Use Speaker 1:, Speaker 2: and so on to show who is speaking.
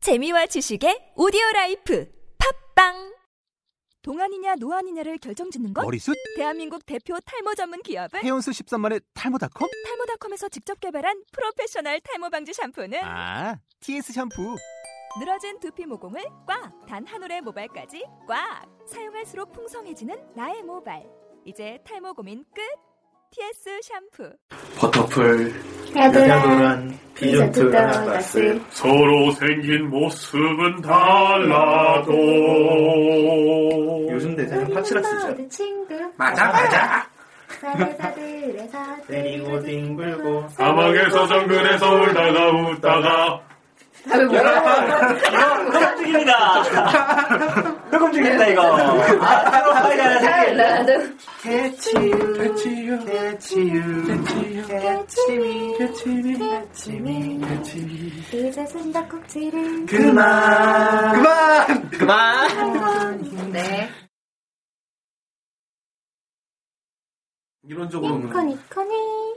Speaker 1: 재미와 지식의 오디오 라이프 팝빵
Speaker 2: 동안이냐 노안이냐를 결정짓는 건
Speaker 3: 머리숱
Speaker 2: 대한민국 대표 탈모 전문 기업은
Speaker 3: 헤어스 13만의 탈모닷컴
Speaker 2: 탈모닷컴에서 직접 개발한 프로페셔널 탈모 방지 샴푸는
Speaker 3: 아 TS 샴푸
Speaker 2: 늘어진 두피 모공을 꽉 단 한 올의 모발까지 꽉 사용할수록 풍성해지는 나의 모발 이제 탈모 고민 끝 TS 샴푸
Speaker 4: 버터풀,
Speaker 5: 야들아
Speaker 4: 야노란
Speaker 5: 디저트가
Speaker 4: 디저트가
Speaker 5: 왔어요.
Speaker 4: 왔어요.
Speaker 6: 서로 생긴 모습은 달라도
Speaker 4: 요즘 대세는 파츠라스죠.
Speaker 5: 우리 친구
Speaker 4: 맞아, 맞아.
Speaker 5: 사들사들 외사
Speaker 4: 데리고 뒹굴고.
Speaker 6: 사막에서 정글에서 울다가 웃다가
Speaker 4: 흑업 중입니다. 흑업 중입니다, 이거. 아, 새로 빨리 하나 생길. 캐치유, 캐치유, 캐치유, 캐치미, 캐치미, 캐치미, 캐치미.
Speaker 5: 이제 순다꼭지를
Speaker 4: 그만, 그만, 그만.
Speaker 5: 네
Speaker 4: 이론적으로는
Speaker 5: 그 니코니코니